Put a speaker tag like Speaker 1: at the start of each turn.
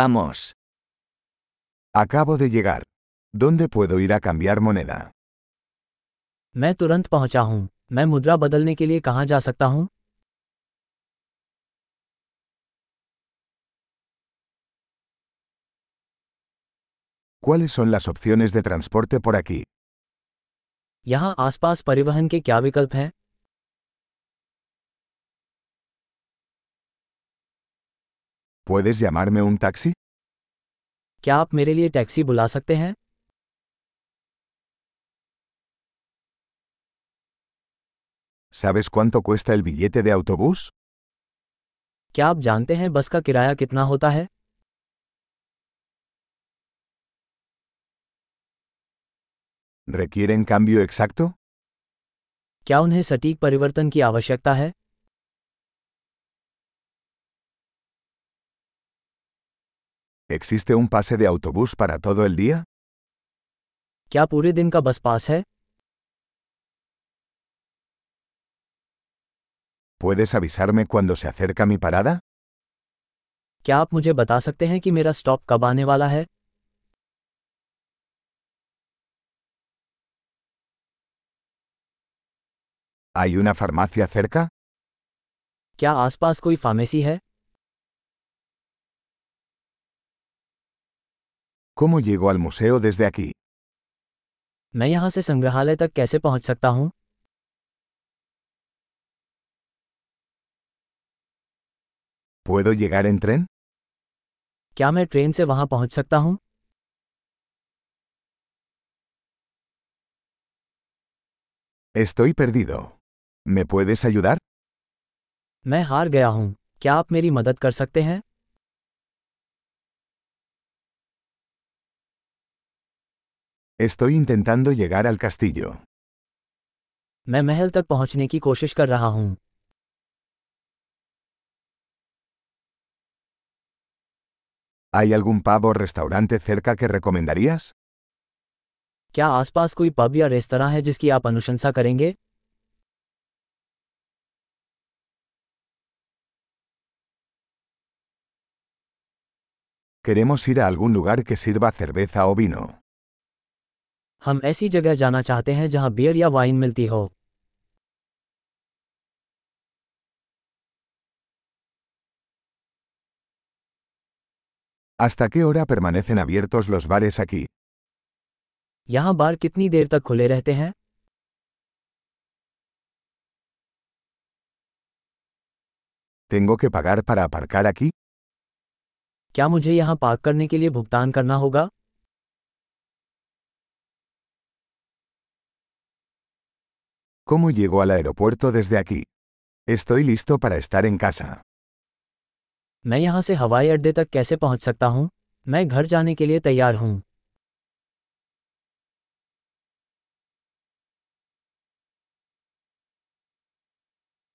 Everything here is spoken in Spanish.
Speaker 1: Vamos.
Speaker 2: Acabo de llegar. ¿Dónde puedo ir a cambiar moneda?
Speaker 3: मैं तुरंत पहुंचा हूं मैं मुद्रा बदलने के लिए कहां जा सकता हूं
Speaker 2: ¿Cuáles son las opciones de transporte por aquí?
Speaker 3: यहां आसपास परिवहन के क्या विकल्प हैं
Speaker 2: ¿Puedes llamarme un taxi?
Speaker 3: क्या आप मेरे लिए टैक्सी बुला सकते हैं
Speaker 2: ¿Sabes cuánto cuesta el billete de autobús?
Speaker 3: क्या आप जानते हैं बस का किराया कितना होता है
Speaker 2: ¿Requieren cambio exacto?
Speaker 3: क्या उन्हें सटीक परिवर्तन की आवश्यकता है
Speaker 2: ¿Existe un pase de autobús para todo el día?
Speaker 3: क्या पूरे दिन का बस पास है
Speaker 2: ¿Puedes avisarme cuando se acerca mi parada?
Speaker 3: क्या आप मुझे बता सकते हैं कि मेरा स्टॉप कब आने वाला है
Speaker 2: ¿Hay una farmacia cerca?
Speaker 3: क्या आसपास कोई फार्मेसी है
Speaker 2: ¿Cómo llego al museo desde aquí?
Speaker 3: मैं यहाँ से संग्रहालय तक कैसे पहुँच सकता हूँ
Speaker 2: ¿Puedo llegar en tren?
Speaker 3: क्या मैं ट्रेन से वहाँ पहुँच सकता हूँ
Speaker 2: Estoy perdido. ¿Me puedes ayudar?
Speaker 3: मैं हार गया हूँ क्या आप मेरी मदद कर सकते हैं
Speaker 2: Estoy intentando llegar al castillo.
Speaker 3: मैं महल तक पहुँचने की कोशिश कर रहा हूँ
Speaker 2: ¿Hay algún pavo o restaurante cerca que recomendarías?
Speaker 3: क्या आसपास कोई पब या रेस्तरा है जिसकी आप अनुशंसा करेंगे
Speaker 2: Queremos ir a algún lugar que sirva cerveza o vino.
Speaker 3: हम ऐसी जगह जाना चाहते हैं जहाँ बियर या वाइन मिलती हो
Speaker 2: ¿Hasta qué hora permanecen abiertos los bares aquí?
Speaker 3: यहाँ बार कितनी देर तक खुले रहते हैं
Speaker 2: ¿Tengo que pagar para aparcar aquí?
Speaker 3: क्या मुझे यहाँ पार्क करने के लिए भुगतान करना होगा
Speaker 2: ¿Cómo llego al aeropuerto desde aquí? Estoy listo para estar en casa.
Speaker 3: मैं यहाँ से हवाई अड्डे तक कैसे पहुँच सकता हूँ मैं घर जाने के लिए तैयार हूँ